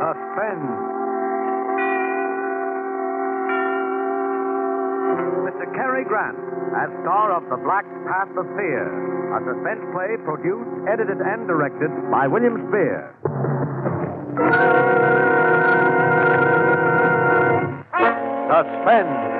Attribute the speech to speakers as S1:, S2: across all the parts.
S1: Suspense. Mr. Cary Grant as star of The Black Path of Fear, a suspense play produced, edited, and directed by William Spear. Suspense.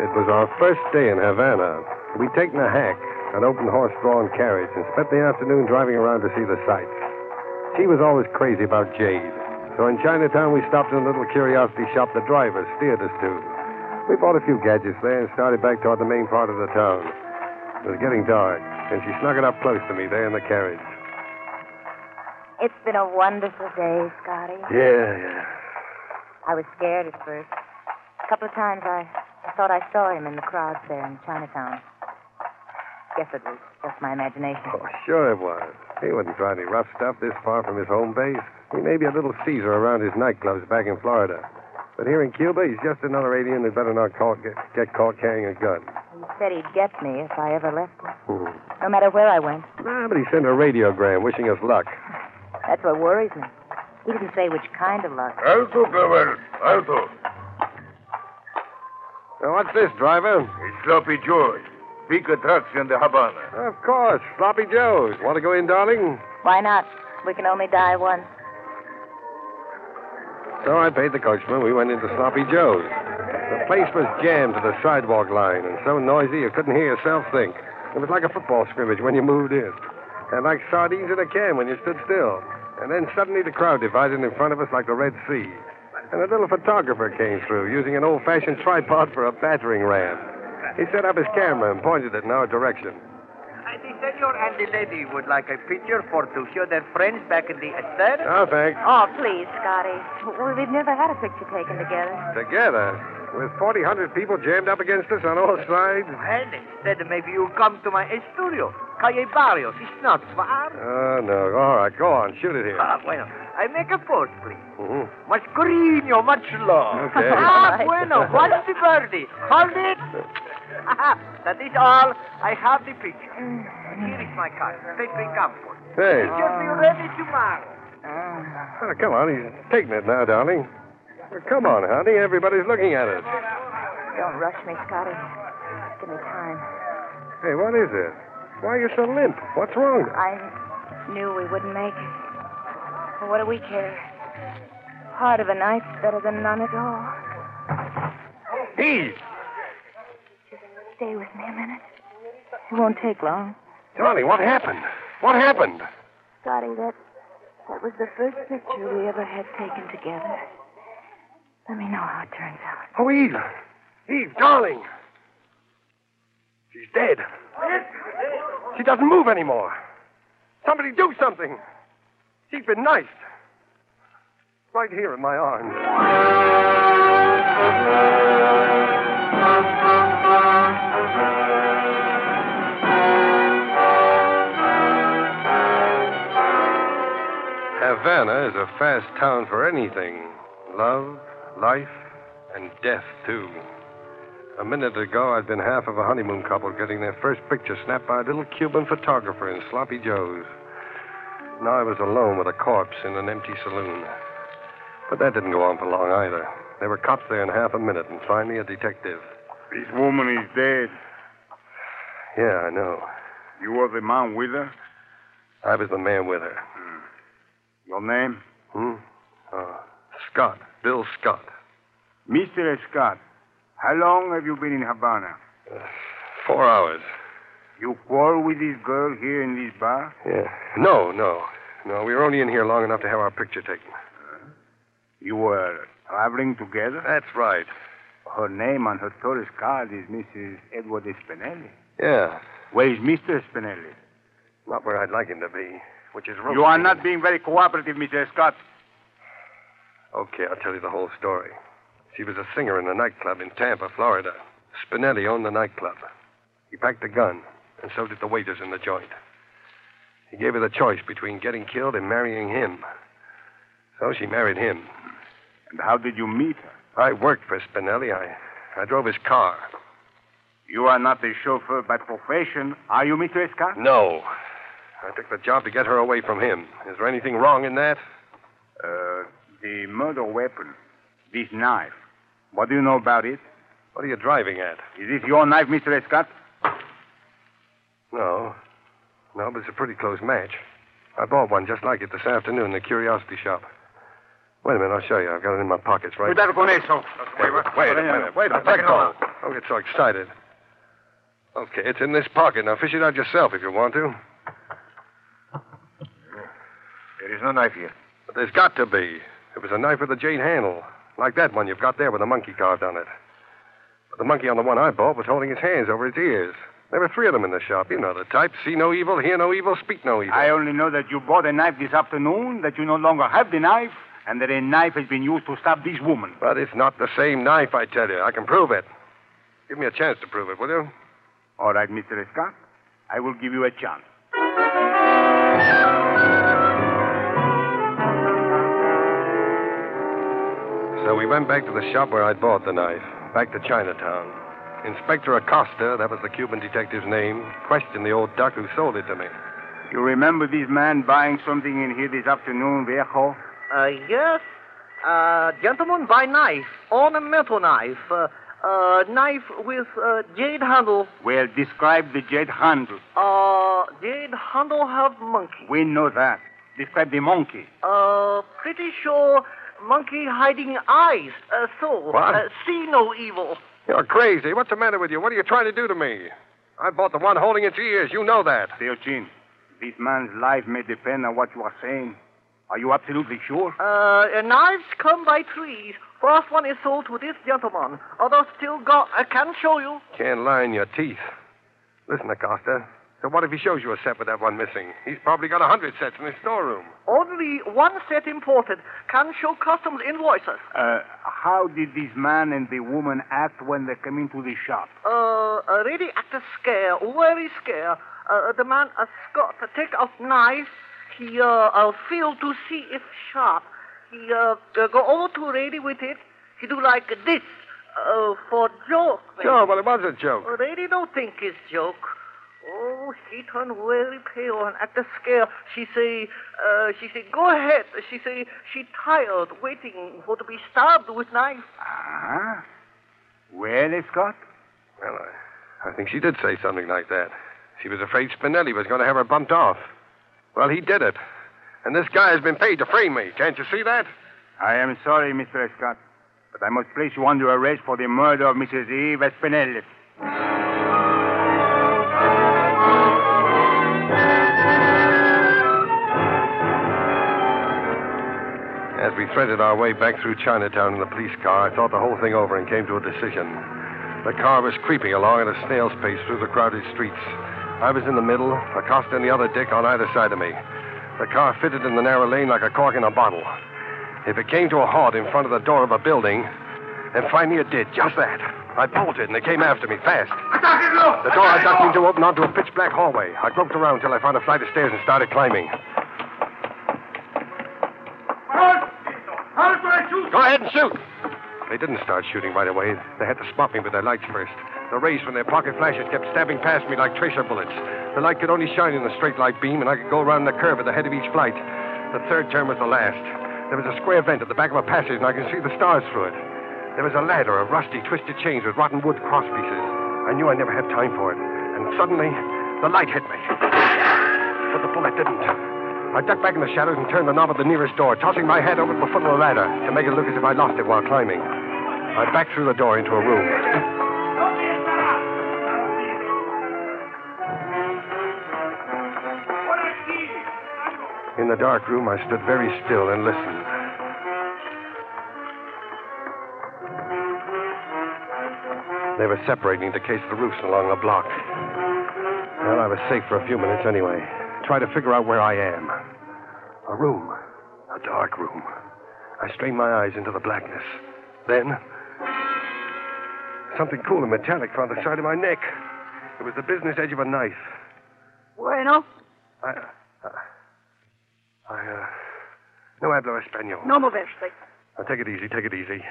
S2: It was our first day in Havana. We'd taken a hack, an open horse drawn carriage, and spent the afternoon driving around to see the sights. She was always crazy about jade. So in Chinatown, we stopped in a little curiosity shop the driver steered us to. We bought a few gadgets there and started back toward the main part of the town. It was getting dark, and she snuggled up close to me there in the carriage.
S3: It's been a wonderful day, Scotty.
S2: Yeah, yeah.
S3: I was scared at first. A couple of times I, I thought I saw him in the crowds there in Chinatown. Guess it was just my imagination.
S2: Oh, sure it was. He wouldn't try any rough stuff this far from his home base. He may be a little Caesar around his nightclubs back in Florida. But here in Cuba, he's just another alien who'd better not caught, get, get caught carrying a gun.
S3: He said he'd get me if I ever left him,
S2: Hmm.
S3: no matter where I went.
S2: Nah, but he sent a radiogram wishing us luck.
S3: That's what worries me. He didn't say which kind of luck.
S4: Alto, Pavel. Alto.
S2: Now, what's this, driver?
S4: It's Sloppy George. Big attraction in the Havana.
S2: Of course, Sloppy Joe's. Want to go in, darling?
S3: Why not? We can only die once.
S2: So I paid the coachman. We went into Sloppy Joe's. The place was jammed to the sidewalk line and so noisy you couldn't hear yourself think. It was like a football scrimmage when you moved in, and like sardines in a can when you stood still. And then suddenly the crowd divided in front of us like the Red Sea. And a little photographer came through using an old fashioned tripod for a battering ram. He set up his camera and pointed it in our direction.
S5: The senor and the lady would like a picture for to show their friends back in the estate.
S2: Oh, thanks.
S3: Oh, please, Scotty. We- We've never had a picture taken together.
S2: Together, with 1,400 people jammed up against us on all sides.
S5: Well, instead, maybe you come to my studio, Calle Barrios. It's not far.
S2: Oh, no. All right, go on. Shoot it here.
S5: Ah, bueno. I make a post, please.
S2: Mhm.
S5: Much cariño, much love.
S2: Okay.
S5: Ah, bueno. What's the birdie? Hold it. Ah, that is all. I have the picture.
S3: Mm.
S5: Here is my card. Take the comfort.
S2: Hey,
S5: Picture be ready tomorrow.
S3: Mm.
S2: oh, come on. He's taking it now, darling. Come on, honey. Everybody's looking at us.
S3: Don't rush me, Scotty. Give me time.
S2: Hey, what is this? Why are you so limp? What's wrong?
S3: I knew we wouldn't make it. But what do we care? Part of a night's better than none at all.
S2: He's.
S3: Stay with me a minute. It won't take long.
S2: Johnny, what happened? What happened?
S3: Scotty, that that was the first picture we ever had taken together. Let me know how it turns out.
S2: Oh, Eve. Eve, darling. She's dead. She doesn't move anymore. Somebody do something. She's been knifed. Right here in my arms. Havana is a fast town for anything love, life, and death, too. A minute ago, I'd been half of a honeymoon couple getting their first picture snapped by a little Cuban photographer in Sloppy Joe's. Now I was alone with a corpse in an empty saloon. But that didn't go on for long either. There were cops there in half a minute, and finally a detective.
S4: This woman is dead.
S2: Yeah, I know.
S4: You were the man with her?
S2: I was the man with her.
S4: Your name?
S2: Hmm? Oh, Scott. Bill Scott.
S4: Mr. Scott. How long have you been in Havana?
S2: Four hours.
S4: You quarrel with this girl here in this bar?
S2: Yeah. No, no. No, we were only in here long enough to have our picture taken.
S4: You were traveling together?
S2: That's right.
S4: Her name on her tourist card is Mrs. Edward Spinelli.
S2: Yeah.
S4: Where is Mr. Spinelli?
S2: Not where I'd like him to be, which is roasting.
S4: You are not being very cooperative, Mr. Scott.
S2: Okay, I'll tell you the whole story. She was a singer in a nightclub in Tampa, Florida. Spinelli owned the nightclub. He packed a gun, and so did the waiters in the joint. He gave her the choice between getting killed and marrying him. So she married him.
S4: And how did you meet her?
S2: I worked for Spinelli. I, I drove his car.
S4: You are not a chauffeur by profession, are you, Mr. Escar?
S2: No. I took the job to get her away from him. Is there anything wrong in that?
S4: Uh, the murder weapon, this knife. What do you know about it?
S2: What are you driving at?
S4: Is this your knife, Mr. Escott?
S2: No. No, but it's a pretty close match. I bought one just like it this afternoon in the curiosity shop. Wait a minute, I'll show you. I've got it in my pockets, right?
S4: con eso.
S2: Wait, wait, wait a minute. Wait a minute. Let go. Don't get so excited. Okay, it's in this pocket. Now fish it out yourself if you want to.
S4: There is no knife here.
S2: But there's got to be. It was a knife with a jade handle, like that one you've got there with a monkey carved on it. But the monkey on the one I bought was holding his hands over his ears. There were three of them in the shop. You know the type. See no evil, hear no evil, speak no evil.
S4: I only know that you bought a knife this afternoon, that you no longer have the knife, and that a knife has been used to stab this woman.
S2: But it's not the same knife, I tell you. I can prove it. Give me a chance to prove it, will you?
S4: All right, Mr. Escott. I will give you a chance.
S2: So we went back to the shop where I'd bought the knife, back to Chinatown. Inspector Acosta, that was the Cuban detective's name, questioned the old duck who sold it to me.
S4: You remember this man buying something in here this afternoon, Viejo?
S5: Uh, yes. Uh, gentleman by knife, ornamental knife. Uh, uh, knife with uh, jade handle.
S4: Well, describe the jade handle.
S5: Uh, jade handle have monkey.
S4: We know that. Describe the monkey.
S5: Uh, pretty sure monkey hiding eyes. Uh, so,
S2: What?
S5: Uh, see no evil.
S2: You're crazy. What's the matter with you? What are you trying to do to me? I bought the one holding its ears. You know that.
S4: Theochin, this man's life may depend on what you are saying. Are you absolutely sure?
S5: Uh, uh, knives come by trees. First one is sold to this gentleman. Others still got. I can show you.
S2: Can't lie in your teeth. Listen, Acosta. So what if he shows you a set with that one missing? He's probably got a hundred sets in his storeroom.
S5: Only one set imported. Can show customs invoices.
S4: Uh, how did this man and the woman act when they came into the shop?
S5: Uh, uh, really act a scare, very scare. Uh, the man, uh, Scott, uh, take out knife. He, uh, uh, feel to see if sharp. He, uh, uh, go over to Rady with it. He do like this, uh, for joke. Uh,
S2: Sure, but it was a joke.
S5: Rady don't think it's joke. Oh, she turn very pale and at the scare. She say, uh, she say, go ahead. She say, she tired waiting for to be stabbed with knife.
S4: Ah? Well, Scott?
S2: Well, I, I think she did say something like that. She was afraid Spinelli was going to have her bumped off. Well, he did it. And this guy has been paid to frame me. Can't you see that?
S4: I am sorry, Mr. Scott, but I must place you under arrest for the murder of Mrs. Eve Espinel.
S2: As we threaded our way back through Chinatown in the police car, I thought the whole thing over and came to a decision. The car was creeping along at a snail's pace through the crowded streets. I was in the middle, Acosta and the other dick on either side of me. The car fitted in the narrow lane like a cork in a bottle. If it came to a halt in front of the door of a building, and finally it did, just that. I bolted and it came after me, fast. The door I ducked into opened onto a pitch black hallway. I groped around till I found a flight of stairs and started climbing. Go ahead and shoot. They didn't start shooting right away. They had to spot me with their lights first. The rays from their pocket flashes kept stabbing past me like tracer bullets. The light could only shine in the straight light beam, and I could go around the curve at the head of each flight. The third turn was the last. There was a square vent at the back of a passage, and I could see the stars through it. There was a ladder of rusty, twisted chains with rotten wood cross pieces. I knew I never had time for it. And suddenly, the light hit me. But the bullet didn't. I ducked back in the shadows and turned the knob of the nearest door, tossing my head over to the foot of the ladder to make it look as if I lost it while climbing. I backed through the door into a room. In the dark room, I stood very still and listened. They were separating to case the roofs along the block. Well, I was safe for a few minutes anyway. Try to figure out where I am. A room. A dark room. I strained my eyes into the blackness. Then. Something cool and metallic found the side of my neck. It was the business edge of a knife.
S6: Bueno,
S2: I. Uh, I, uh. No hablo español.
S6: no moverse.
S2: Now, take it easy, take it easy.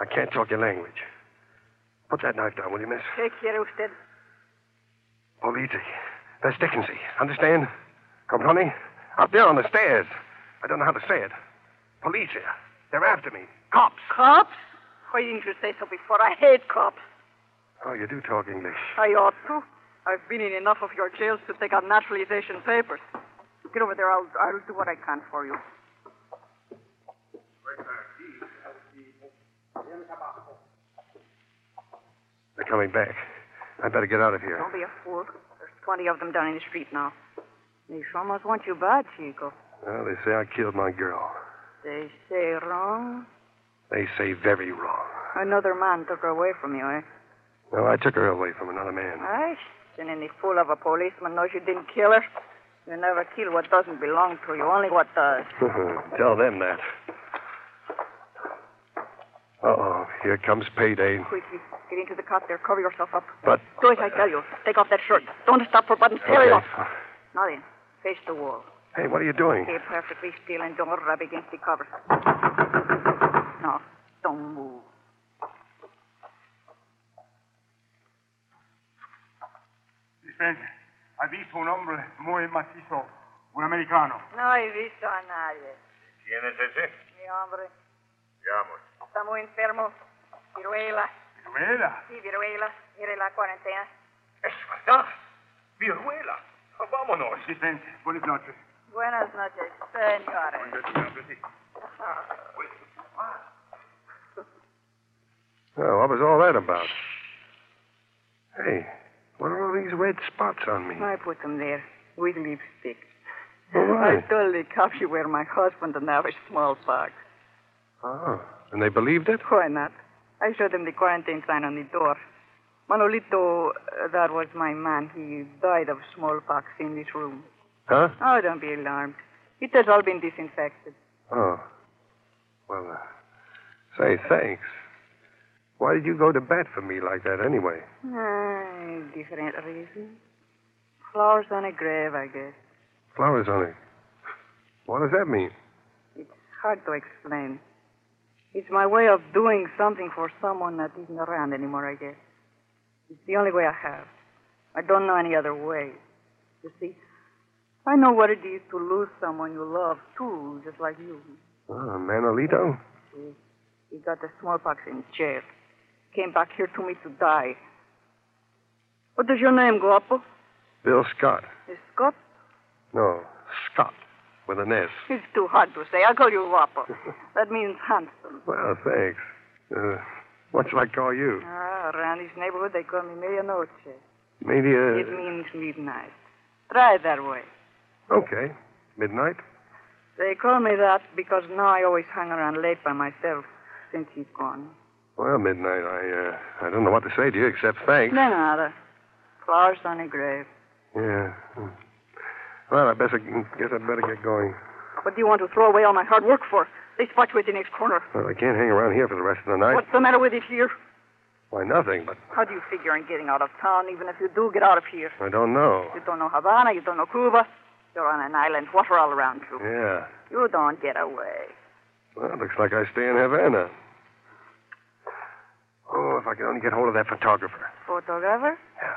S2: I can't talk your language. Put that knife down, will you, miss?
S6: Take care, usted.
S2: Polizzi. That's Dickinsy. Understand? Comprone? Up there on the stairs. I don't know how to say it. Polizia. They're after me. Cops.
S6: Cops? Why didn't you say so before? I hate cops.
S2: Oh, you do talk English.
S6: I ought to. I've been in enough of your jails to take out naturalization papers. Get over there. I'll, I'll do what I can for you.
S2: They're coming back. I better get out of here.
S6: Don't be a fool. There's 20 of them down in the street now. They almost want you bad, Chico.
S2: Well, they say I killed my girl.
S6: They say wrong.
S2: They say very wrong.
S6: Another man took her away from you, eh?
S2: Well, I took her away from another man.
S6: Aye, and any fool of a policeman knows you didn't kill her. You never kill what doesn't belong to you, only what does.
S2: Tell them that. Uh-oh, here comes payday.
S6: Quickly, get into the cot there. Cover yourself up.
S2: But...
S6: Do as I tell you. Take off that shirt. Don't stop for buttons. Tear
S2: Okay.
S6: it off. Now then, face the wall.
S2: Hey, what are you doing?
S6: Stay perfectly still and don't rub against the covers. No, don't move.
S4: Dispensa. Ha visto un hombre muy macizo, un americano.
S6: No he visto a nadie.
S7: ¿Quién es ese?
S6: Mi hombre
S7: Veamos.
S6: está muy enfermo. Viruela.
S4: Venezuela.
S6: Sí, viruela. Mire la cuarentena.
S7: Es verdad. Viruela. Vámonos.
S4: Dispensa. Buenas noches.
S6: Buenas noches, señores.
S2: Well, what was all that about? Hey, what are all these red spots on me?
S6: I put them there with lipstick.
S2: All right.
S6: I told the cops you were my husband and I was smallpox.
S2: Oh, and they believed it?
S6: Why not? I showed them the quarantine sign on the door. Manolito, uh, that was my man. He died of smallpox in this room.
S2: Huh?
S6: Oh, don't be alarmed. It has all been disinfected.
S2: Oh. Well, uh, say thanks. Why did you go to bat for me like that anyway?
S6: Ah, different reason. Flowers on a grave, I guess.
S2: Flowers on it. What does that mean?
S6: Hard to explain. It's my way of doing something for someone that isn't around anymore, I guess. It's the only way I have. I don't know any other way. You see, I know what it is to lose someone you love, too, just like you.
S2: Oh, Manolito?
S6: He got the smallpox in jail. Came back here to me to die. What is your name, Guapo?
S2: Bill Scott.
S6: Scott?
S2: No, Scott. With an S.
S6: It's too hard to say. I'll call you Guapo. That means handsome.
S2: Well, thanks. Uh, what shall I call you?
S6: Ah, around this neighborhood, they call me Medianoche.
S2: Maybe
S6: It
S2: uh
S6: means midnight. Try it that way.
S2: Okay. Midnight?
S6: They call me that because now I always hang around late by myself since he's gone.
S2: Well, midnight. I uh, I don't know what to say to you except thanks.
S6: No, no, no. Flowers on a grave.
S2: Yeah. Hmm. Well, I better guess I'd better get going.
S6: What do you want to throw away all my hard work for? They spot you at the next corner.
S2: Well, I can't hang around here for the rest of the night.
S6: What's the matter with it here?
S2: Why, nothing, but
S6: How do you figure on getting out of town, even if you do get out of here?
S2: I don't know.
S6: You don't know Havana, you don't know Cuba. You're on an island, water all around you.
S2: Yeah.
S6: You don't get away.
S2: Well, it looks like I stay in Havana. Oh, if I could only get hold of that photographer.
S6: Photographer?
S2: Yeah.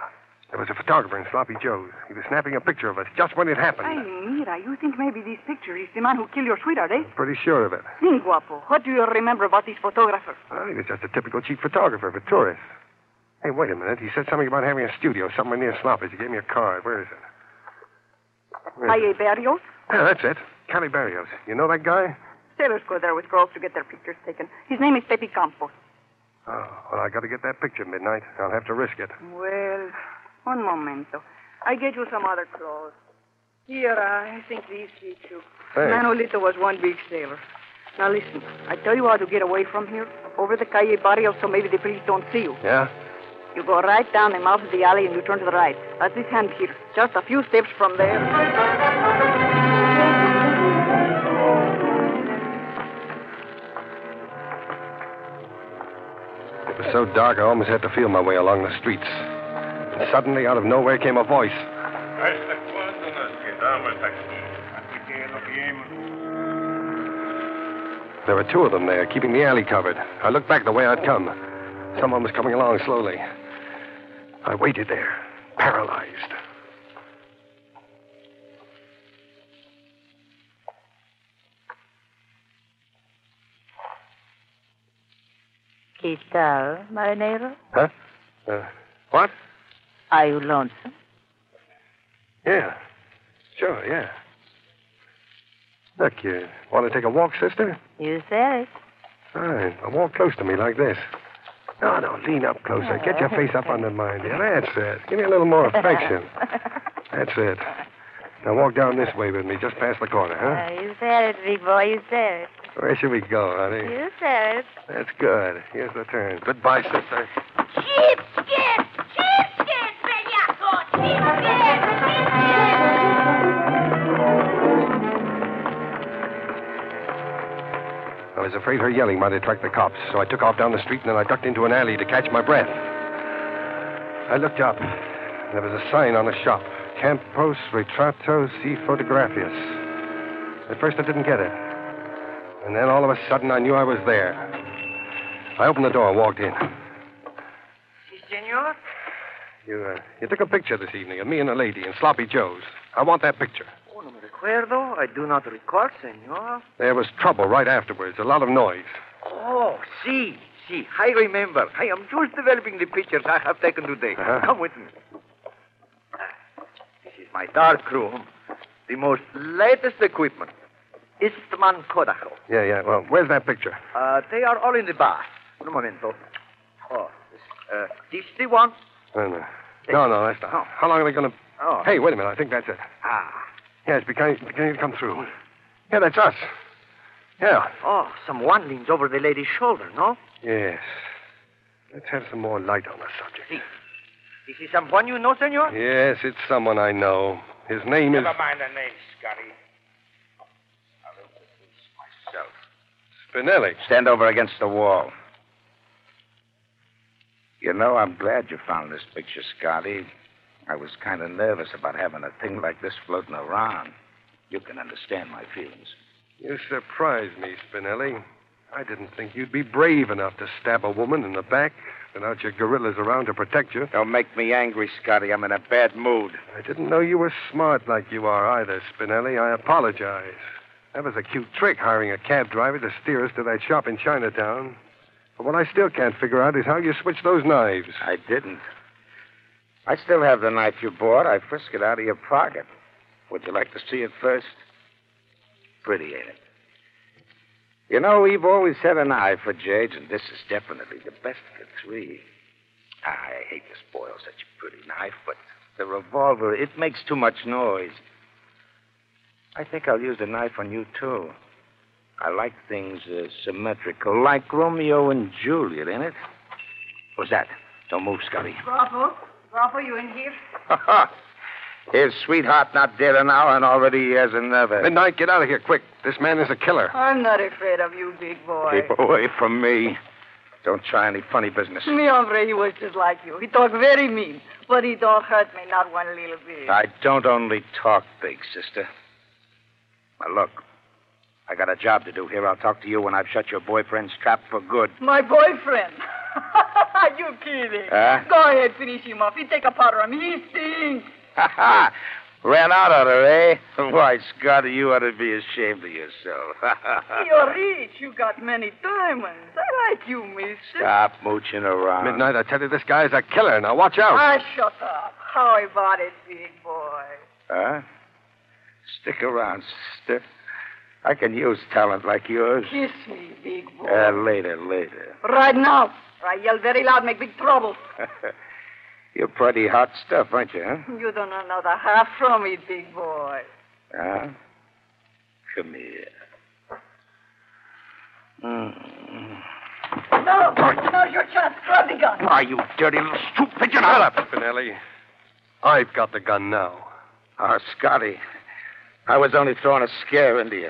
S2: There was a photographer in Sloppy Joe's. He was snapping a picture of us just when it happened.
S6: Ay, mira, you think maybe this picture is the man who killed your sweetheart, eh?
S2: Pretty sure of it.
S6: Think, Guapo. What do you remember about this photographer?
S2: Well, he was just a typical cheap photographer for tourists. Hey, wait a minute. He said something about having a studio somewhere near Sloppy's. He gave me a card. Where is it? Where is it?
S6: Calle Barrios?
S2: Yeah, that's it. Cali Barrios. You know that guy?
S6: Sailors go there with girls to get their pictures taken. His name is Pepe Campos.
S2: Oh, well, I got to get that picture midnight. I'll have to risk it.
S6: Well, un momento. I get you some other clothes. Here, I think these suit you.
S2: Thanks.
S6: Manolito was one big sailor. Now listen, I tell you how to get away from here. Over the Calle Barrios so maybe the police don't see you.
S2: Yeah?
S6: You go right down the mouth of the alley and you turn to the right. At this hand here. Just a few steps from there.
S2: It was so dark I almost had to feel my way along the streets. And suddenly, out of nowhere, came a voice.
S7: ¿Hasta cuándo nos quedamos aquí? Hasta que lo viemos.
S2: There were two of them there, keeping the alley covered. I looked back the way I'd come. Someone was coming along slowly. I waited there, paralyzed.
S3: ¿Qué tal, marinero?
S2: Huh? Uh, what?
S3: Are you lonesome?
S2: Yeah. Sure, yeah. Look, you want to take a walk, sister?
S3: You said it.
S2: Fine. Now walk close to me like this. No, no, lean up closer. Get your face up under mine. Yeah, that's it. Give me a little more affection. That's it. Now walk down this way with me, just past the corner, huh?
S3: Uh, you said it, big boy. You said it.
S2: Where should we go, honey?
S3: You said it.
S2: That's good. Here's the turn. Goodbye, sister.
S8: Cheapskate! Cheapskate, Beniaco! Cheapskate! Cheapskate!
S2: I was afraid her yelling might attract the cops, so I took off down the street and then I ducked into an alley to catch my breath. I looked up. There was a sign on the shop Campos Retratos y Fotografias. At first I didn't get it. And then all of a sudden I knew I was there. I opened the door and walked in.
S5: Senor?
S2: You, uh, you took a picture this evening of me and a lady in Sloppy Joe's. I want that picture.
S5: Oh, no me recuerdo. I do not recall, senor.
S2: There was trouble right afterwards, a lot of noise.
S5: Oh, see, see. I remember. I am just developing the pictures I have taken today.
S2: Uh-huh.
S5: Come with me. This is my dark room. The most latest equipment. Istman Kodacho.
S2: Yeah, yeah. Well, where's that picture?
S5: Uh, they are all in the bath. Un momento. Oh, this, uh, this the one?
S2: No, no. No, no, that's not. How long are they going to.
S5: Oh.
S2: Hey, wait a minute. I think that's it.
S5: Ah.
S2: Yeah, it's beginning, beginning to come through. Yeah, that's us. Yeah.
S5: Oh, someone leans over the lady's shoulder, no?
S2: Yes. Let's have some more light on the subject.
S5: See. This is someone you know, senor?
S2: Yes, it's someone I know. His name is
S7: Never mind the name, Scotty. I'll introduce myself.
S2: Spinelli.
S9: Stand over against the wall. You know, I'm glad you found this picture, Scotty. I was kind of nervous about having a thing like this floating around. You can understand my feelings.
S2: You surprise me, Spinelli. I didn't think you'd be brave enough to stab a woman in the back without your gorillas around to protect you.
S9: Don't make me angry, Scotty. I'm in a bad mood.
S2: I didn't know you were smart like you are either, Spinelli. I apologize. That was a cute trick, hiring a cab driver to steer us to that shop in Chinatown. But what I still can't figure out is how you switched those knives.
S9: I didn't. I still have the knife you bought. I frisked it out of your pocket. Would you like to see it first? Pretty, ain't it? You know, we've always had an eye for jades, and this is definitely the best of the three. Ah, I hate to spoil such a pretty knife, but the revolver, it makes too much noise. I think I'll use the knife on you, too. I like things uh, symmetrical, like Romeo and Juliet, ain't it? What's that? Don't move, Scotty.
S6: Bravo. Bravo, you in here?
S9: His sweetheart not dead an hour, and already he has a nerve.
S2: Midnight, get out of here quick. This man is a killer.
S6: I'm not afraid of you, big boy.
S9: Keep away from me. Don't try any funny business.
S6: Me, hombre, he was just like you. He talked very mean, but he don't hurt me, not one little bit.
S9: I don't only talk big, sister. Now, look, I got a job to do here. I'll talk to you when I've shut your boyfriend's trap for good.
S6: My boyfriend. Are you kidding?
S9: Huh?
S6: Go ahead, finish him off. He take a powder on me. He stinks.
S9: Ha ha! Ran out of her, eh? Why, Scotty, you ought to be ashamed of yourself.
S6: You're rich. You got many diamonds. I like you, mister.
S9: Stop mooching around.
S2: Midnight, I tell you, this guy's a killer. Now watch out.
S6: Ah, shut up. How about it, big boy?
S9: Huh? Stick around, sister. I can use talent like yours.
S6: Kiss me, big boy.
S9: Uh, later, later.
S6: right now. I yell very loud, make big trouble.
S9: You're pretty hot stuff, aren't you, huh?
S6: You don't know the half from it, big boy.
S9: Huh? Come here. Mm.
S6: No, no, you just grab the gun.
S9: Why, you dirty little stoop pigeon?
S2: Shut up, Spinelli. I've got the gun now.
S9: Oh, Scotty, I was only throwing a scare into you.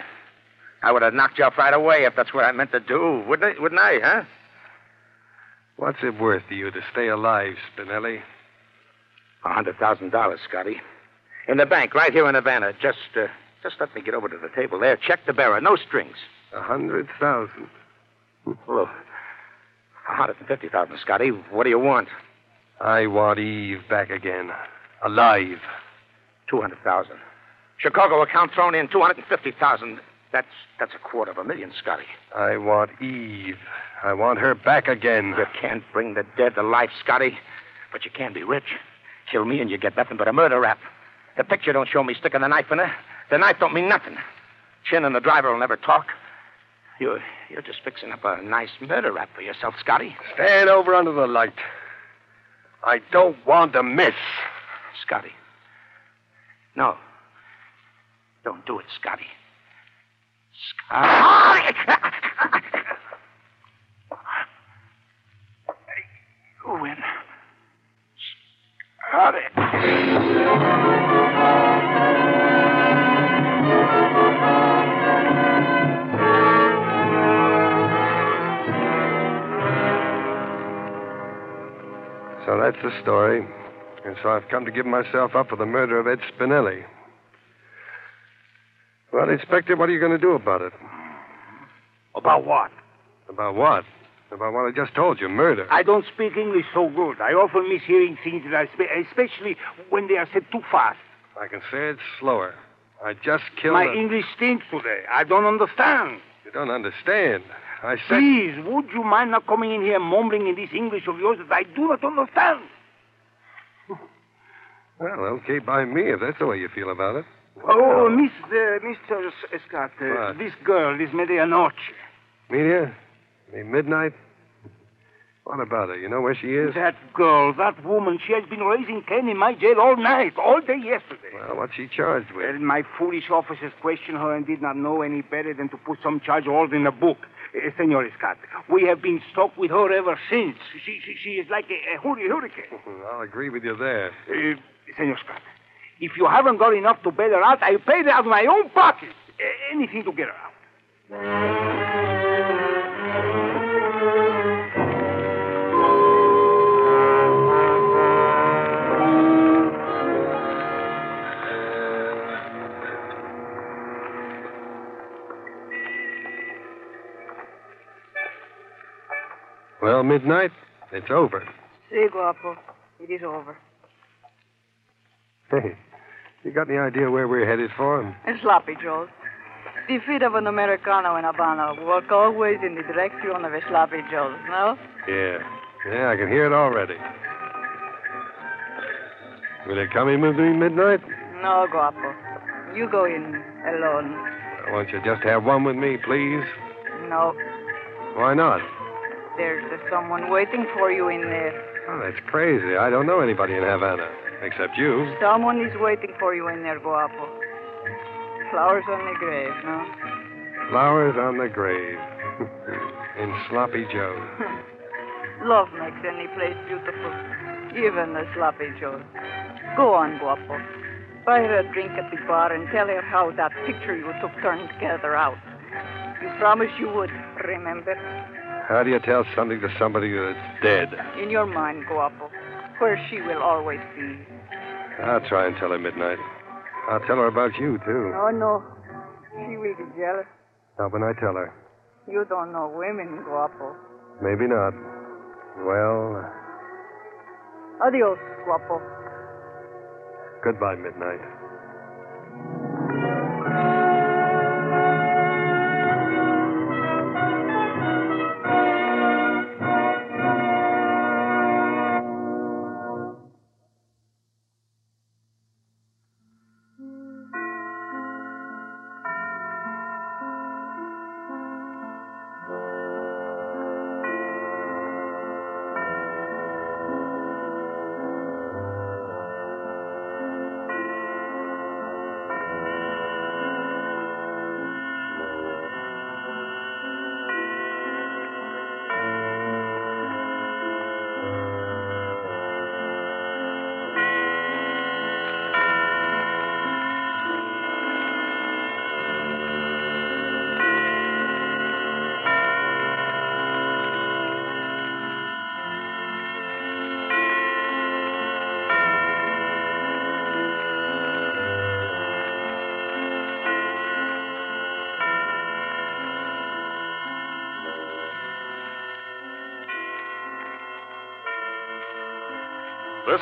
S9: I would have knocked you off right away if that's what I meant to do, wouldn't I, wouldn't I huh?
S2: What's it worth to you to stay alive, Spinelli?
S9: A hundred thousand dollars, Scotty. In the bank, right here in Havana. Just, uh, just let me get over to the table there. Check the bearer. No strings.
S2: A hundred thousand.
S9: Well, A hundred and fifty thousand, Scotty. What do you want?
S2: I want Eve back again. Alive.
S9: Two hundred thousand. Chicago account thrown in two hundred and fifty thousand. That's that's a quarter of a million, Scotty.
S2: I want Eve. I want her back again.
S9: You can't bring the dead to life, Scotty, but you can be rich. Kill me and you get nothing but a murder rap. The picture don't show me sticking the knife in her. The knife don't mean nothing. Chin and the driver will never talk. You're you're just fixing up a nice murder rap for yourself, Scotty.
S2: Stand over under the light. I don't want to miss.
S9: Scotty. No. Don't do it, Scotty. Scotty. you win. Scotty.
S2: So that's the story. And so I've come to give myself up for the murder of Ed Spinelli. Well, Inspector, what are you going to do about it?
S4: About what?
S2: About what? About what I just told you, murder.
S4: I don't speak English so good. I often miss hearing things that I speak, especially when they are said too fast.
S2: I can say it slower. I just killed
S4: My
S2: a-
S4: English stinks today. I don't understand.
S2: You don't understand. I said.
S4: Please, would you mind not coming in here mumbling in this English of yours that I do not understand?
S2: Well, okay by me if that's the way you feel about it.
S4: Oh,
S2: Oh.
S4: Miss, uh, Mr. S- Scott, uh,
S2: What?
S4: this girl is Medianoche.
S2: Media? I mean, midnight? What about her? You know where she is?
S4: That girl, that woman, she has been raising Cain in my jail all night, all day yesterday.
S2: Well, what's she charged with?
S4: Well, my foolish officers questioned her and did not know any better than to put some charge all in the book. Uh, Senor Scott, we have been stuck with her ever since. She, she, she is like a, a hurri- hurricane.
S2: I'll agree with you there.
S4: Uh, Senor Scott, if you haven't got enough to bail her out, I paid it out of my own pocket. A- anything to get her out.
S2: Well, midnight? It's over.
S6: See, Guapo. It is over.
S2: Hey, you got any idea where we're headed for?
S6: And sloppy, Joe. Defeat of an Americano in Havana. Walk always in the direction of a sloppy Joe, no?
S2: Yeah. Yeah, I can hear it already. Will you come in with me midnight?
S6: No, Guapo. You go in alone.
S2: Won't you just have one with me, please?
S6: No,
S2: Why not?
S6: there's uh, someone waiting for you in there.
S2: Oh, that's crazy. I don't know anybody in Havana except you.
S6: Someone is waiting for you in there, Guapo. Flowers on the grave, no?
S2: Flowers on the grave. in Sloppy Joe.
S6: Love makes any place beautiful, even a sloppy Joe. Go on, Guapo. Buy her a drink at the bar and tell her how that picture you took turned together out. You promised you would, remember?
S2: How do you tell something to somebody that's dead?
S6: In your mind, Guapo, where she will always be.
S2: I'll try and tell her midnight. I'll tell her about you, too.
S6: Oh, no. She will be jealous.
S2: Not when I tell her.
S6: You don't know women, Guapo.
S2: Maybe not. Well,
S6: Adios, Guapo.
S2: goodbye, midnight. This